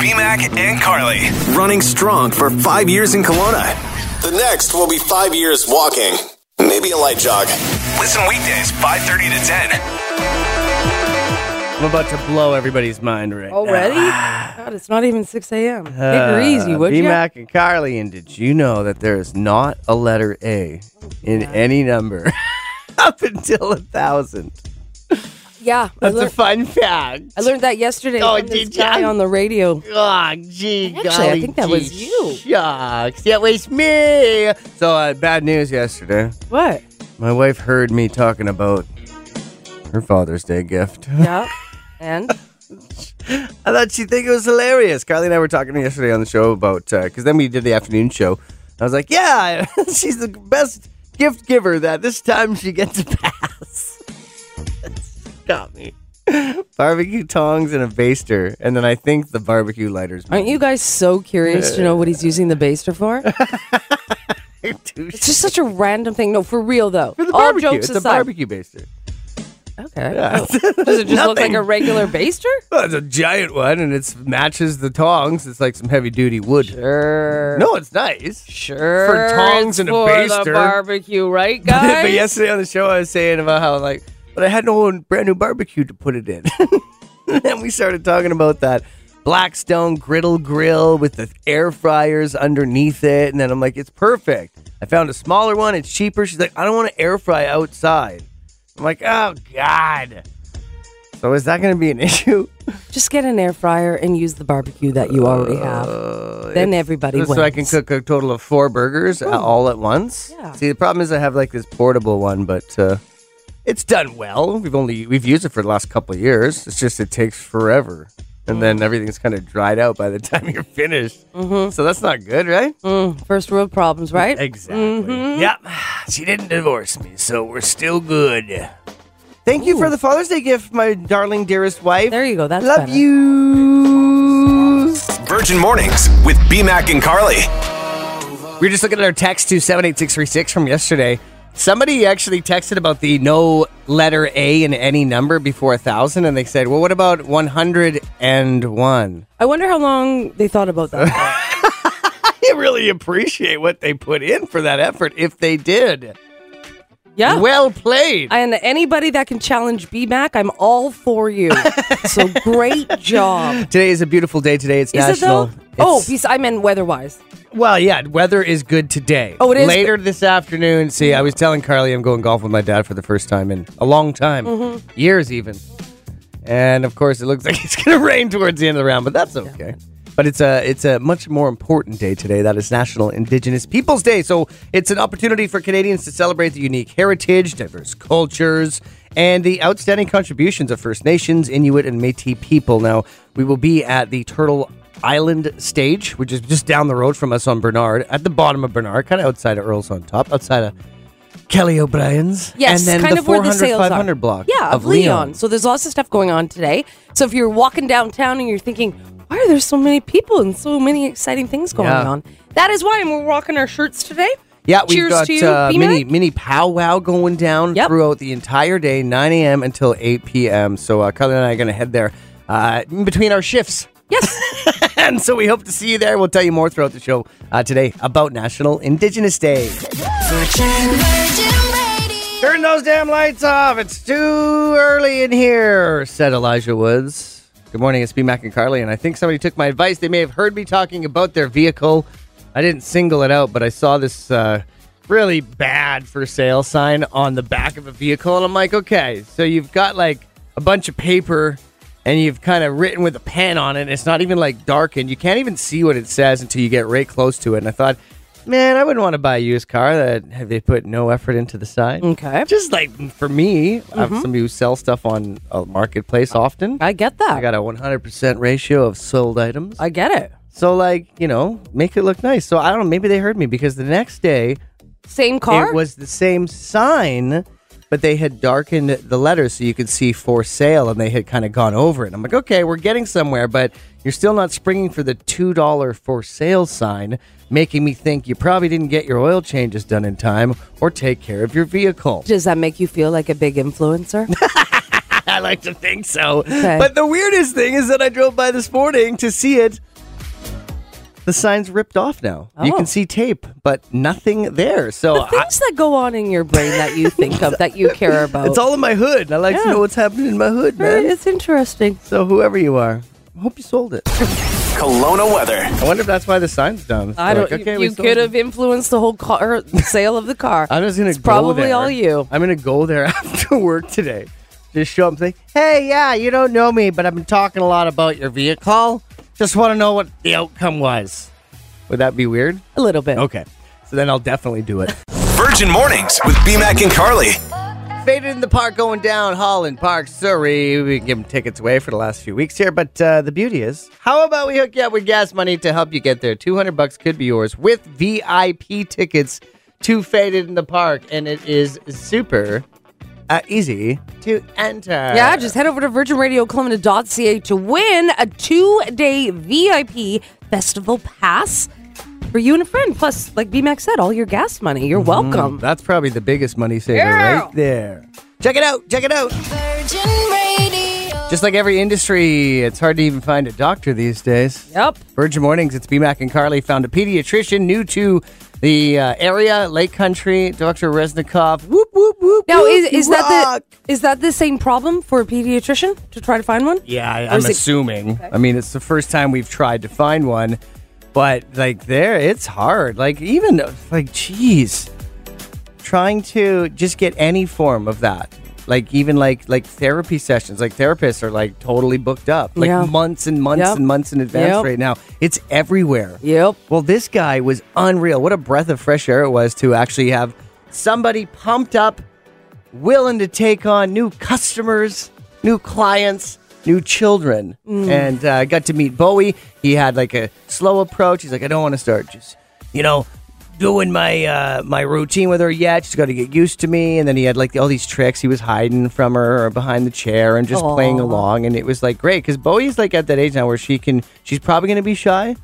BMAC and Carly. Running strong for five years in Kelowna. The next will be five years walking, maybe a light jog. Listen weekdays, 5.30 to 10. I'm about to blow everybody's mind right Already? now. God, it's not even 6 a.m. Uh, Take her easy, would you? BMAC and Carly, and did you know that there is not a letter A in any number up until a thousand? Yeah. I, That's a learned, fun fact. I learned that yesterday Oh, from this did guy ya? on the radio. Oh, gee, Actually, I golly think that gee, was you. Shucks, that was me. So, uh, bad news yesterday. What? My wife heard me talking about her Father's Day gift. Yeah. And? I thought she'd think it was hilarious. Carly and I were talking yesterday on the show about because then we did the afternoon show. I was like, yeah, she's the best gift giver that this time she gets a pass. Got me. Barbecue tongs and a baster, and then I think the barbecue lighters. Aren't you guys so curious to know what he's using the baster for? It's just such a random thing. No, for real though. for the All barbecue? jokes It's a aside. barbecue baster. Okay. Oh. Yeah. Does it just look like Nothing. a regular baster? Well, it's a giant one, and it matches the tongs. It's like some heavy duty wood. Sure. No, it's nice. Sure. For tongs it's and a for The baster. barbecue, right, guys? but yesterday on the show, I was saying about how like, but I had no one brand new barbecue to put it in. and we started talking about that Blackstone griddle grill with the air fryers underneath it, and then I'm like, it's perfect. I found a smaller one; it's cheaper. She's like, I don't want to air fry outside. I'm like, oh god. So is that going to be an issue? Just get an air fryer and use the barbecue that you already have. then everybody Just wins. Uh, so I can cook a total of four burgers uh, all at once. Oh. Yeah. See, the problem is I have like this portable one, but uh, it's done well. We've only we've used it for the last couple of years. It's just it takes forever, and Mm-hmm. then everything's kind of dried out by the time you're finished. So that's not good, right? Mm, first world problems, right? Exactly. Mm-hmm. Yep. She didn't divorce me, so we're still good. Thank you for the Father's Day gift, my darling, dearest wife. There you go. That's Love better. you. Virgin Mornings with BMAC and Carly. We were just looking at our text to 78636 from yesterday. Somebody actually texted about the no letter A in any number before 1,000, and they said, well, what about 101? I wonder how long they thought about that. I really appreciate what they put in for that effort if they did. yeah. Well played. and anybody that can challenge BMAC, I'm all for you. so great job. Today is a beautiful day. Today it's Is national. it though? Oh, It's- because I meant weather-wise. well, yeah. Weather is good today. Oh, it is Later this afternoon. See, I was telling Carly I'm going golf with my dad for the first time in a long time, Mm-hmm. years even. And of course, it looks like it's going to rain towards the end of the round, but that's okay. But it's a it's a much more important day today. That is National Indigenous Peoples Day. So it's an opportunity for Canadians to celebrate the unique heritage, diverse cultures, and the outstanding contributions of First Nations, Inuit, and Métis people. Now we will be at the Turtle Island stage, which is just down the road from us on Bernard, at the bottom of Bernard, kind of outside of Earl's on top, outside of Kelly O'Brien's. Yes, and then kind the of where 400, the sales 500 are. block yeah, of Leon. So there's lots of stuff going on today. So if you're walking downtown and you're thinking, why are there so many people and so many exciting things going Yeah. on? That is why, and we're rocking our shirts today. Yeah, we've Cheers got to you, uh, BMAC. mini mini powwow going down Yep. throughout the entire day, 9 a.m. until 8 p.m. So uh, Carly and I are going to head there uh, in between our shifts. Yes. and so we hope to see you there. We'll tell you more throughout the show uh, today about National Indigenous Day. Turn those damn lights off. It's too early in here, said Elijah Woods. Good morning, it's B Mac and Carly, and I think somebody took my advice. They may have heard me talking about their vehicle. I didn't single it out, but I saw this uh, really bad for sale sign on the back of a vehicle, and I'm like, okay, so you've got like a bunch of paper and you've kind of written with a pen on it. And it's not even like darkened. You can't even see what it says until you get right close to it. And I thought, man, I wouldn't want to buy a used car that have they put no effort into the sign. Okay. Just like for me, I'm somebody who sells stuff on a marketplace often. I get that. Mm-hmm. I got a 100% ratio of sold items. I get it. so like, you know, make it look nice. So I don't know, maybe they heard me because the next day Same car. it was the same sign, but they had darkened the letters so you could see for sale, and they had kind of gone over it. I'm like, okay, we're getting somewhere, but you're still not springing for the two dollar for sale sign, making me think you probably didn't get your oil changes done in time or take care of your vehicle. Does that make you feel like a big influencer? I I like to think so. But the weirdest thing is that I drove by this morning to see it. The sign's ripped off now. You Oh. can see tape, but nothing there. So I, Things that go on in your brain that you think of, that you care about. it's all in my hood. I like to Yeah. know what's happening in my hood, Right, man. It's interesting. So whoever you are, I hope you sold it. Kelowna weather. I wonder if that's why the sign's done. I They're don't. like, "Okay, we you sold could it." have influenced the whole car sale of the car. I'm just gonna It's go probably there. all you. I'm gonna go there after work today. Just show up and say, "Hey, yeah, you don't know me, but I've been talking a lot about your vehicle. Just want to know what the outcome was." Would that be weird? A little bit. Okay, so then I'll definitely do it. Virgin Mornings with BMAC and Carly. Faded in the park, going down Holland Park, Surrey. We can give them tickets away for the last few weeks here, but uh, the beauty is, how about we hook you up with gas money to help you get there? Two hundred bucks could be yours with VIP tickets to Faded in the Park, and it is super uh, easy to enter. Yeah, just head over to virginradiocolumna.ca to win a two-day VIP festival pass for you and a friend. Plus, like BMAC said, all your gas money. You're welcome. That's probably the biggest money saver Yeah. right there. Check it out. Check it out. Virgin Radio. Just like every industry, it's hard to even find a doctor these days. Yep. Virgin Mornings, it's BMAC and Carly. Found a pediatrician new to the uh, area, Lake Country, Dr. Reznikov. Whoop, whoop, whoop. Now, whoop, is, you is that rock. the is that the same problem for a pediatrician to try to find one? Yeah, I, Or I'm is it- assuming. I mean, it's the first time we've tried to find one, but like there, it's hard. Like even like, geez, trying to just get any form of that. Like even like like therapy sessions, like therapists are like totally booked up, like Yeah. months and months Yep. and months in advance Yep. right now. It's everywhere. Yep. Well, this guy was unreal. What a breath of fresh air it was to actually have somebody pumped up, willing to take on new customers, new clients, new children. Mm. And uh, I got to meet Bowie. He had like a slow approach. He's like, I don't want to start just, you know, doing my uh, my routine with her yet. She's got to get used to me. And then he had like all these tricks he was hiding from her or behind the chair and just playing Aw. along. And it was like great because Bowie's like at that age now where she can, she's probably going to be shy.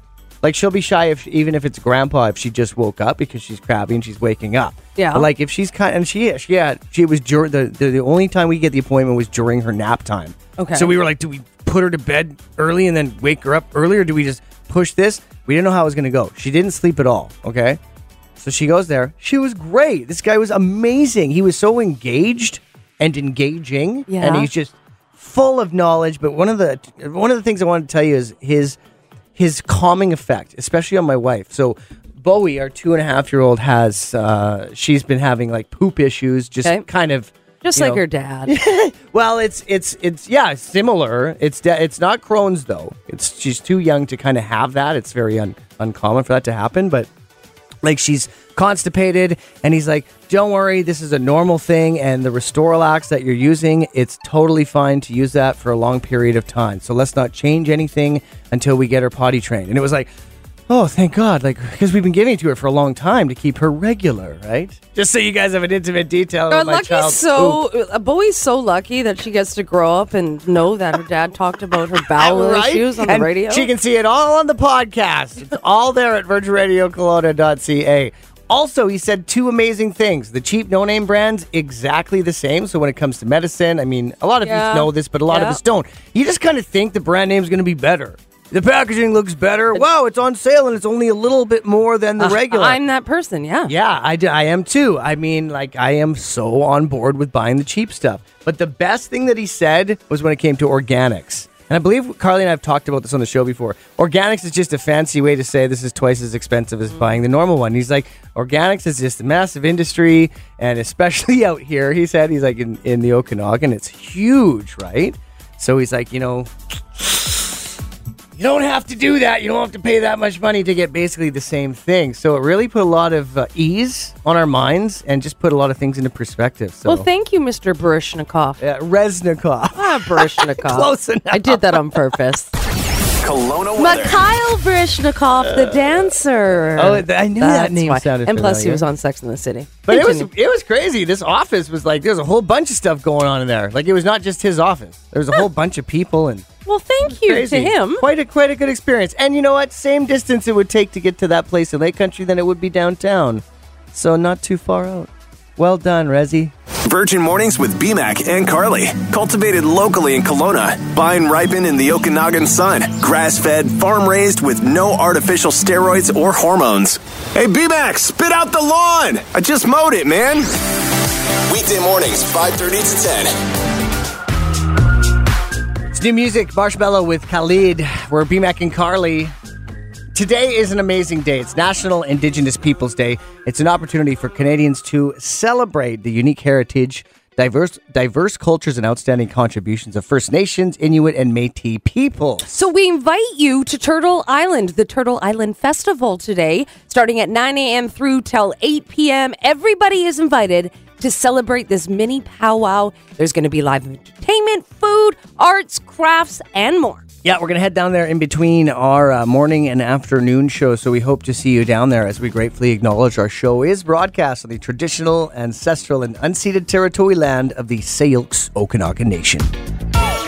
Like she'll be shy if even if it's grandpa if she just woke up because she's crabby and she's waking up. Yeah. But like if she's kind and she is, yeah, she was dur- the, the the only time we get the appointment was during her nap time. Okay. So we were like, do we put her to bed early and then wake her up early, or do we just push this? We didn't know how it was gonna go. She didn't sleep at all. Okay. So she goes there. She was great. This guy was amazing. He was so engaged and engaging. And Yeah. he's just full of knowledge. But one of the one of the things I wanted to tell you is his his calming effect, especially on my wife. So Bowie, our two and a half year old, has uh, she's been having like poop issues, just Okay. kind of Just you like know- your dad. well, it's it's it's yeah, similar. It's de- it's not Crohn's though. It's she's too young to kind of have that. It's very un- uncommon for that to happen, but like she's constipated and he's like, "Don't worry, this is a normal thing and the Restorilax that you're using, it's totally fine to use that for a long period of time. So let's not change anything until we get her potty trained." And it was like, Oh, thank God. Like, because we've been giving it to her for a long time to keep her regular, right? Just so you guys have an intimate detail Our of my lucky child's poop. so uh, Bowie's so lucky that she gets to grow up and know that her dad talked about her bowel Right? issues on the And radio. She can see it all on the podcast. It's all there at virginradiocolona.ca. Also, he said two amazing things. The cheap no name brands, exactly the same. So, when it comes to medicine, I mean, a lot of Yeah. you know this, but a lot of Yeah. us don't. You just kind of think the brand name's going to be better. The packaging looks better. Wow, it's on sale and it's only a little bit more than the Uh, regular. I'm that person, yeah. Yeah, I, do- I am too. I mean, like, I am so on board with buying the cheap stuff. But the best thing that he said was when it came to organics. And I believe Carly and I have talked about this on the show before. Organics is just a fancy way to say this is twice as expensive as buying the normal one. He's like, organics is just a massive industry, and especially out here, he said, he's like in, in the Okanagan, it's huge, right? So he's like, you know, you don't have to do that. You don't have to pay that much money to get basically the same thing. So it really put a lot of uh, ease on our minds and just put a lot of things into perspective. So Well, thank you, Mr. Barishnikov. uh, Reznikov. Ah, Barishnikov. Close enough. I did that on purpose. Kelowna weather. Mikhail Barishnikov, the dancer. Uh, Oh, th- I knew that That's name why. sounded And plus, he familiar. was on Sex in the City. But it was Continue. it was crazy. This office was like there was a whole bunch of stuff going on in there. Like it was not just his office. There was a whole bunch of people and well, thank you crazy. to him. Quite a quite a good experience. And you know what? Same distance it would take to get to that place in Lake Country than it would be downtown. So not too far out. Well done, Rezzy. Virgin Mornings with BMAC and Carly. Cultivated locally in Kelowna, vine ripened in the Okanagan sun, grass fed, farm raised with no artificial steroids or hormones. Hey, BMAC, spit out the lawn! I just mowed it, man! Weekday mornings, 5.30 to 10. It's new music, Marshmallow with Khalid. We're BMAC and Carly. Today is an amazing day. It's National Indigenous Peoples Day. It's an opportunity for Canadians to celebrate the unique heritage, diverse diverse cultures, and outstanding contributions of First Nations, Inuit, and Métis peoples. So we invite you to Turtle Island, the Turtle Island Festival today, starting at 9 a.m. through till 8 p.m. Everybody is invited to celebrate this mini powwow. There's going to be live entertainment, food, arts, crafts, and more. Yeah, we're gonna head down there in between our uh, morning and afternoon show. So we hope to see you down there as we gratefully acknowledge our show is broadcast on the traditional, ancestral, and unceded territory land of the Sayilks Okanagan Nation.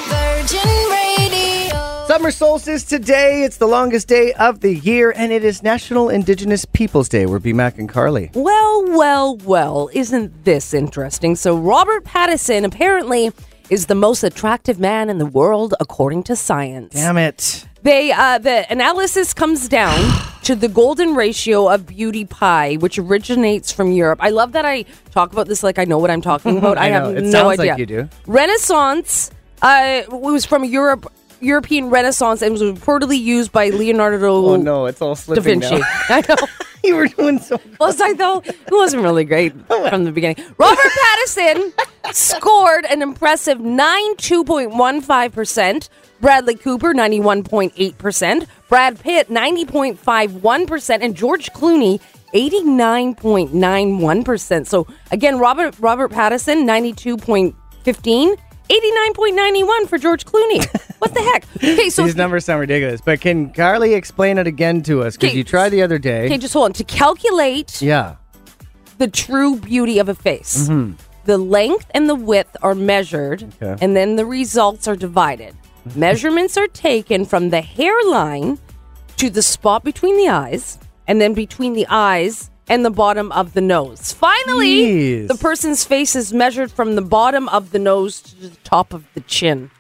Virgin Radio. Summer solstice today. It's the longest day of the year, and it is National Indigenous Peoples Day. We're BMAC and Carly. Well, well, well, isn't this interesting? So, Robert Pattinson apparently is the most attractive man in the world, according to science. it. They uh, the analysis comes down to the golden ratio of beauty pie, which originates from Europe. I love that I talk about this like I know what I'm talking about. I, I know. have It no sounds like idea. you do. Renaissance uh, was from Europe, European Renaissance, and was reportedly used by Leonardo Oh no, it's all da slipping Vinci. now. I know. you were doing so. Was I though? It wasn't really great from the beginning. Robert Pattinson scored an impressive 92.15%. Bradley Cooper, 91.8%. Brad Pitt, 90.51%. And George Clooney, 89.91%. So again, Robert Robert Pattinson, 92.15. 89.91 for George Clooney. What the heck? Okay, so These numbers sound ridiculous, but can Carly explain it again to us? Because Okay. you tried the other day. okay, just hold on. To calculate yeah. the true beauty of a face. The length and the width are measured, Mm-hmm. Okay. and then the results are divided. Measurements are taken from the hairline to the spot between the eyes, and then between the eyes and the bottom of the nose. Finally, Jeez. the person's face is measured from the bottom of the nose to the top of the chin.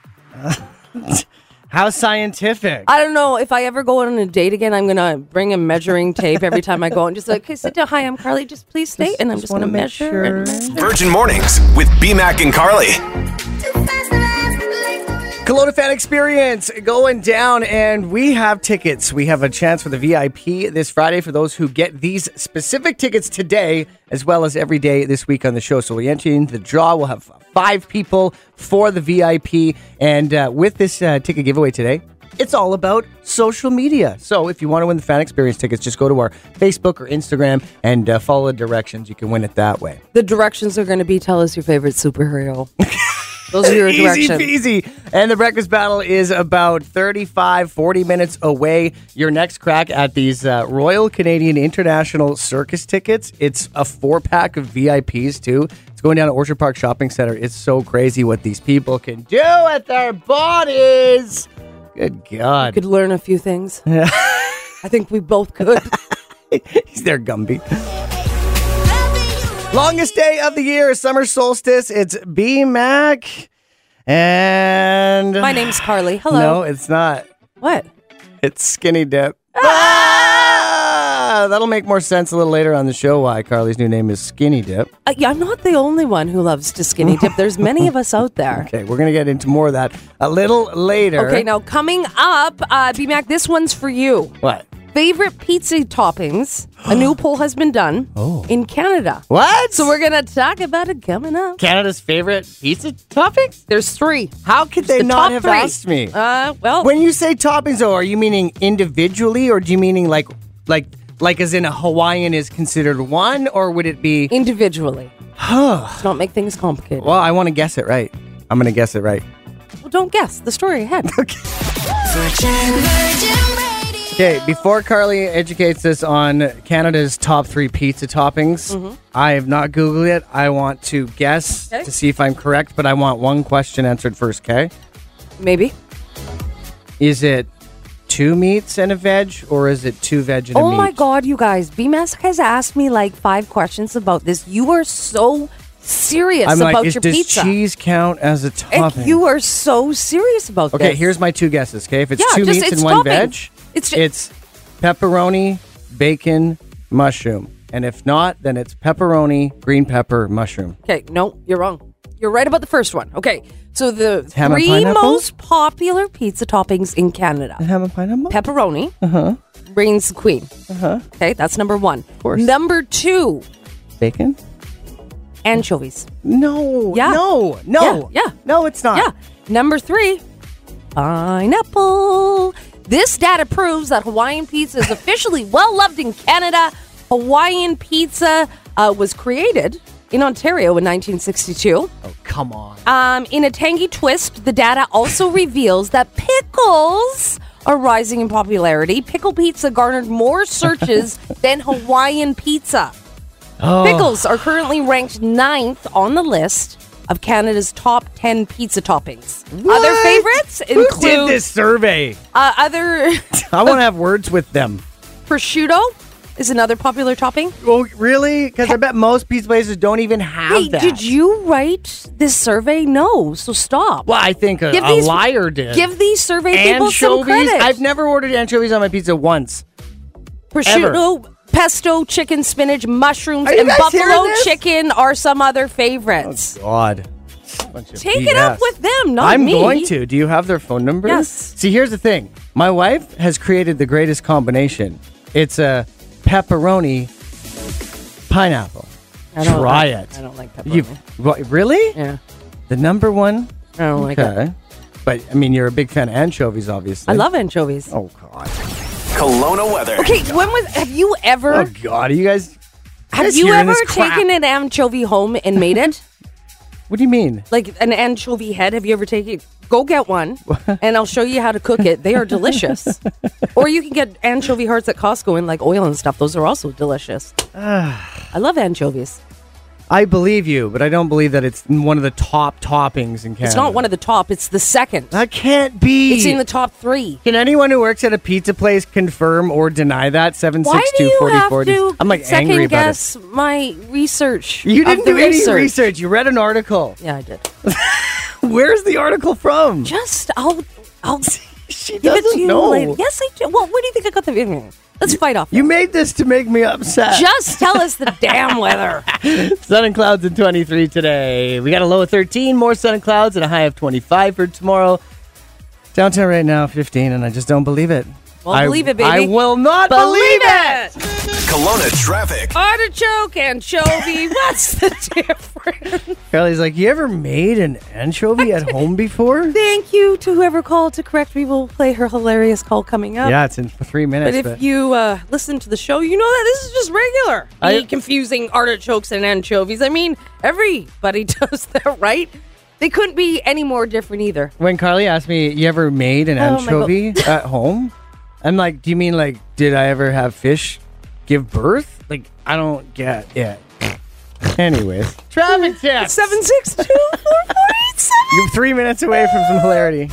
How scientific. I don't know if I ever go on a date again. I'm gonna bring a measuring tape every time I go and just like, okay, sit down. Hi, I'm Carly. Just please stay, and I'm just, wanna gonna make measure. and sure. measure. Virgin Mornings with BMAC and Carly. Kelowna Fan Experience going down, and we have tickets. We have a chance for the VIP this Friday for those who get these specific tickets today, as well as every day this week on the show. So we enter into the draw. We'll have five people for the VIP, and uh, with this uh, ticket giveaway today. It's all about social media. So if you want to win the fan experience tickets, just go to our Facebook or Instagram and uh, follow the directions. You can win it that way. The directions are going to be tell us your favorite superhero. Those are your directions. Easy peasy. And the breakfast battle is about 35, 40 minutes away. Your next crack at these uh, Royal Canadian International Circus tickets. It's a four pack of VIPs, too. It's going down to Orchard Park Shopping Center. It's so crazy what these people can do with their bodies. Good God. Could learn a few things. I think we both could. He's there, Gumby. Longest day of the year, summer solstice. It's B Mac. And. My name's Carly. Hello. No, it's not. What? It's skinny dip. Ah! That'll make more sense a little later on the show why Carly's new name is Skinny Dip. Uh, yeah, I'm not the only one who loves to skinny dip. There's many of us out there. Okay, we're going to get into more of that a little later. Okay, now coming up, uh, BMAC, this one's for you. What? Favorite pizza toppings. A new poll has been done Oh. in Canada. What? So we're going to talk about it coming up. Canada's favorite pizza toppings? There's three. How could they The not top have three. asked me? Uh, well, when you say toppings, though, are you meaning individually or do you meaning like, like, like as in a Hawaiian is considered one or would it be? individually. Let's not make things complicated. Well, I want to guess it right. I'm going to guess it right. Well, don't guess the story ahead. Virgin Radio. Okay, before Carly educates us on Canada's top three pizza toppings, I have not Googled it. I want to guess Mm-hmm. Okay. to see if I'm correct, but I want one question answered first, okay? Maybe. Is it two meats and a veg, or is it two veg and a Oh meat? my God, you guys. BMask has asked me like five questions about this. You are so serious I'm about like, is, your does pizza. cheese count as a Like, topping? you are so serious about okay, this. here's my two guesses. Okay, if it's Yeah, two just- meats and it's one topping. veg, It's ju- it's pepperoni, bacon, mushroom, and if not, then it's pepperoni, green pepper, mushroom. Okay, no, you're wrong. You're right about the first one. Okay, so the Ham and three pineapple? Uh-huh. most popular pizza toppings in Canada Ham and pineapple. pepperoni Uh-huh. reigns queen. Okay, that's number one. Of course. Number two, bacon. anchovies. No. Yeah. No. No. Yeah, yeah. No, it's not. Yeah. Number three, pineapple. This data proves that Hawaiian pizza is officially well loved in Canada. Hawaiian pizza uh, was created in Ontario in 1962. Oh, come on. Um, in a tangy twist, the data also reveals that pickles are rising in popularity. Pickle pizza garnered more searches than Hawaiian pizza. Oh. Pickles are currently ranked ninth on the list of Canada's top 10 pizza toppings. Other What? favorites Who include did this survey? Uh, other I want to have words with them. prosciutto is another popular topping. Well, Oh, really? Because I bet most pizza places don't even have Wait, that. did you write this survey? No, so stop. Well, I think a, Give a these- liar did. Give these survey people some anchovies. credit. I've never ordered anchovies on my pizza once. prosciutto, pesto, chicken, spinach, mushrooms, Are you and guys hearing buffalo this? chicken are some other favorites. God. Take it up with them, not I'm me. going to. Do you have their phone numbers? Yes. See, here's the thing. My wife has created the greatest combination. It's a pepperoni pineapple. I don't Try like- it. I don't like pepperoni. You what, really? yeah, The number one. I don't like it. Okay. But I mean, you're a big fan of anchovies, obviously. I love anchovies. Oh God. Kelowna weather. Okay, when was have you ever Oh God. Are you guys. have guys you hearing ever this crap? taken an anchovy home and made it What do you mean? like an anchovy head? Have you ever taken? Go get one, and I'll show you how to cook it. They are delicious. or you can get anchovy hearts at Costco and like oil and stuff. Those are also delicious. I love anchovies. I believe you, but I don't believe that it's one of the top toppings in Canada. It's not one of the top. It's the second. That can't be. It's in the top three. Can anyone who works at a pizza place confirm or deny that? Seven Why six do two you forty have forty. to I'm like second angry about it. guess my research? You of didn't the do any research. You read an article. Yeah, I did. Where's the article from? Just I'll I'll She give it doesn't to you know. later. Yes, I do. Well, where do you think I got the? Let's fight off. You made this to make me upset. just tell us the damn weather. sun and clouds in 23 today. We got a low of 13, more sun and clouds, and a high of 25 for tomorrow. Downtown right now, 15, and I just don't believe it. Well, I, believe it, baby. I will not believe, it. Kelowna traffic. Artichoke anchovy. What's the difference? Carly's like, you ever made an anchovy at home before? Thank you to whoever called to correct me. We'll play her hilarious call coming up. Yeah, it's in three minutes. But if you uh, listen to the show, you know that this is just regular. I- Me confusing artichokes and anchovies. I mean, everybody does that, right? They couldn't be any more different either. when Carly asked me, "You ever made an Oh, my anchovy at home?" I'm like, "Do you mean like did I ever have fish give birth?" Like I don't get it. Anyways, traffic jam. Seven six two four four eight seven. You're three minutes away from some hilarity.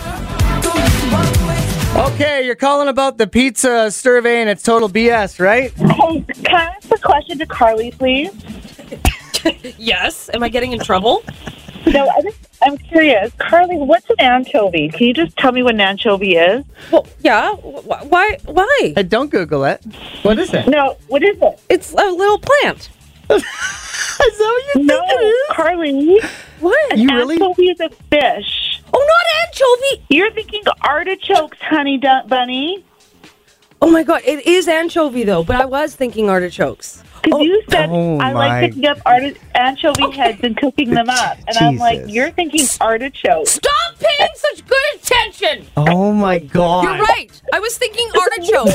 Okay, you're calling about the pizza survey and it's total BS, right? Hey, can I ask a question to Carly, please? Yes. Am I getting in trouble? No, I just, I'm curious. Carly, what's an anchovy? Can you just tell me what an anchovy is? Well, yeah. Wh- Why? Why? Hey, Uh, don't Google it. What is it? No, what is it? It's a little plant. Is that what you No, think it is? Carly, What? You Mm-hmm. really? anchovy is a fish. Oh, not anchovy. You're thinking artichokes, honey dun- bunny. Oh my god, it is anchovy though. But I was thinking artichokes. Because you said Oh, I my- like picking up arti- anchovy heads and cooking them up, and I'm like, Jesus. you're thinking artichokes. Stop paying such good attention. Oh my god. You're right. I was thinking artichoke,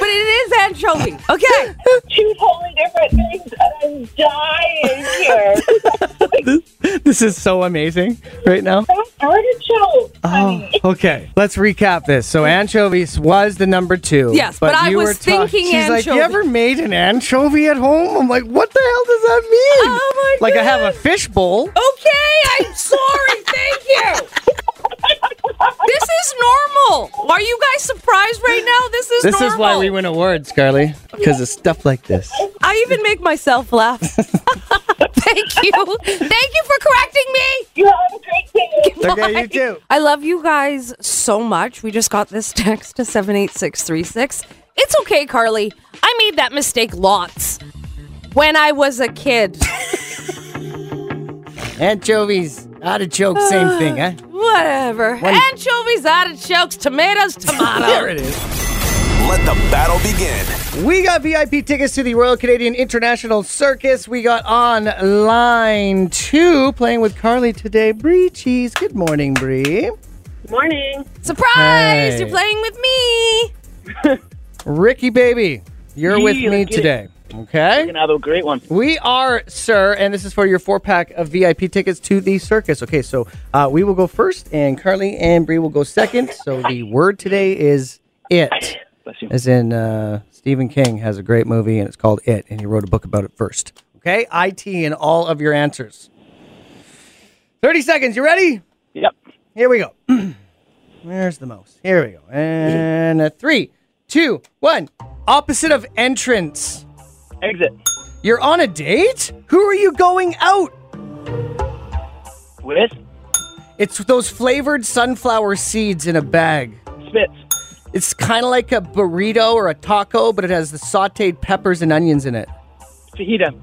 but it is anchovy. Okay. Two totally different things, and I'm dying here. This is so amazing right now. artichokes. Oh, okay. Let's recap this. So anchovies was the number two. Yes, but I you was were ta- thinking She's like, you anchovy." ever made an anchovy at home? I'm like, what the hell does that mean? Oh, my Like I have a goodness. fish bowl. Okay, I'm sorry. Thank you. This is normal. Are you guys surprised right now? This is This normal. is why we win awards, Carly, because of stuff like this. I even make myself laugh. Thank you. Thank you for correcting me. You have a great day. Okay, you too. I love you guys so much. We just got this text to 78636. It's okay, Carly. I made that mistake lots when I was a kid. Anchovies, artichoke, same thing, huh? Whatever. Anchovies, artichokes, tomatoes, tomatoes. it is. Let the battle begin. We got VIP tickets to the Royal Canadian International Circus. We got on line two playing with Carly today. Bree Cheese. Good morning, Bree. Morning. Surprise! Hey. You're playing with me. Ricky Baby, you're Yeah, with me let's get it. today. Okay? Gonna have a great one. We are, sir, and this is for your four pack of VIP tickets to the circus. Okay, so uh, we will go first, and Carly and Bree will go second. So the word today is it. Bless you. As in, uh, Stephen King has a great movie, and it's called It, and he wrote a book about it first. Okay, IT in all of your answers. 30 seconds, you ready? Yep. Here we go. Where's the mouse? Here we go. And a three, two, one. Opposite of entrance. Exit. You're on a date? Who are you going out? With It's those flavored sunflower seeds in a bag. Spitz. It's kind of like a burrito or a taco, but it has the sauteed peppers and onions in it. Fajita.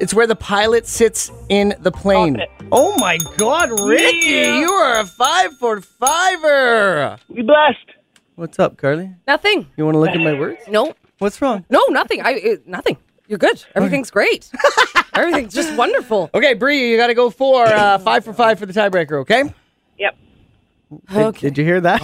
It's where the pilot sits in the plane. Stop Oh my God, Ricky, Yeah. you are a five for fiver. We blessed. What's up, Carly? Nothing. You want to look at my words? Nope. What's wrong? No, nothing. I it, nothing. You're good. Everything's great. Everything's just wonderful. Okay, Bree, you got to go for uh, five for five for the tiebreaker. Okay. Yep. Did- Okay. Did, you hear that?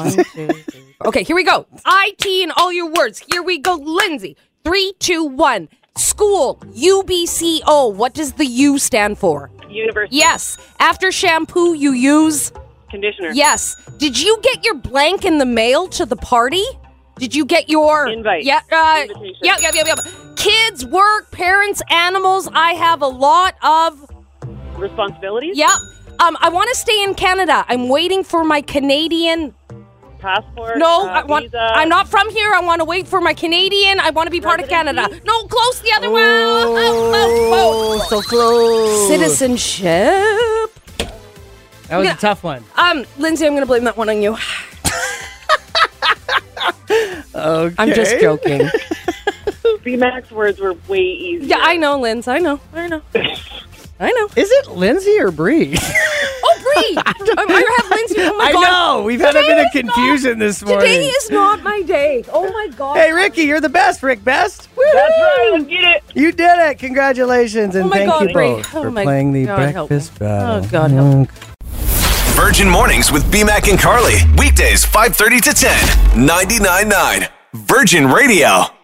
Okay, here we go. IT in all your words. Here we go, Lindsay. Three, two, one. School. UBCO. What does the U stand for? University. Yes. After shampoo, you use. Conditioner. Yes. Did you get your blank in the mail to the party? Did you get your Invite. Yeah. Uh, Invitation. yeah. Yeah. Yeah. Yeah. Kids, work, parents, animals. I have a lot of. Responsibilities. Yep. Um, I want to stay in Canada. I'm waiting for my Canadian. Passport. No, uh, I want. visa. I'm not from here. I want to wait for my Canadian. I want to be part of Canada. No, close the other one. Oh, oh, so close. oh. Citizenship. That was Yeah. a tough one. Um, Lindsay, I'm going to blame that one on you. Okay. I'm just joking. Remax words were way easier. Yeah, I know, Linz. I know. I know. I know. Is it Lindsay or Bree? Oh, Bree! I, I have Lindsay. Oh my I god. know. We've had a Today bit of is not- confusion this morning. Today is not my day. Oh my god. hey, Ricky, you're the best. Rick Best. Woo! That's right. Let's get it. You did it. Congratulations. And Oh my thank God, you Bree. both Oh for my playing the God, help me. breakfast battle. Oh, God, help Virgin Mornings with BMAC and Carly. Weekdays 5:30 to 10. 99.9 Virgin Radio.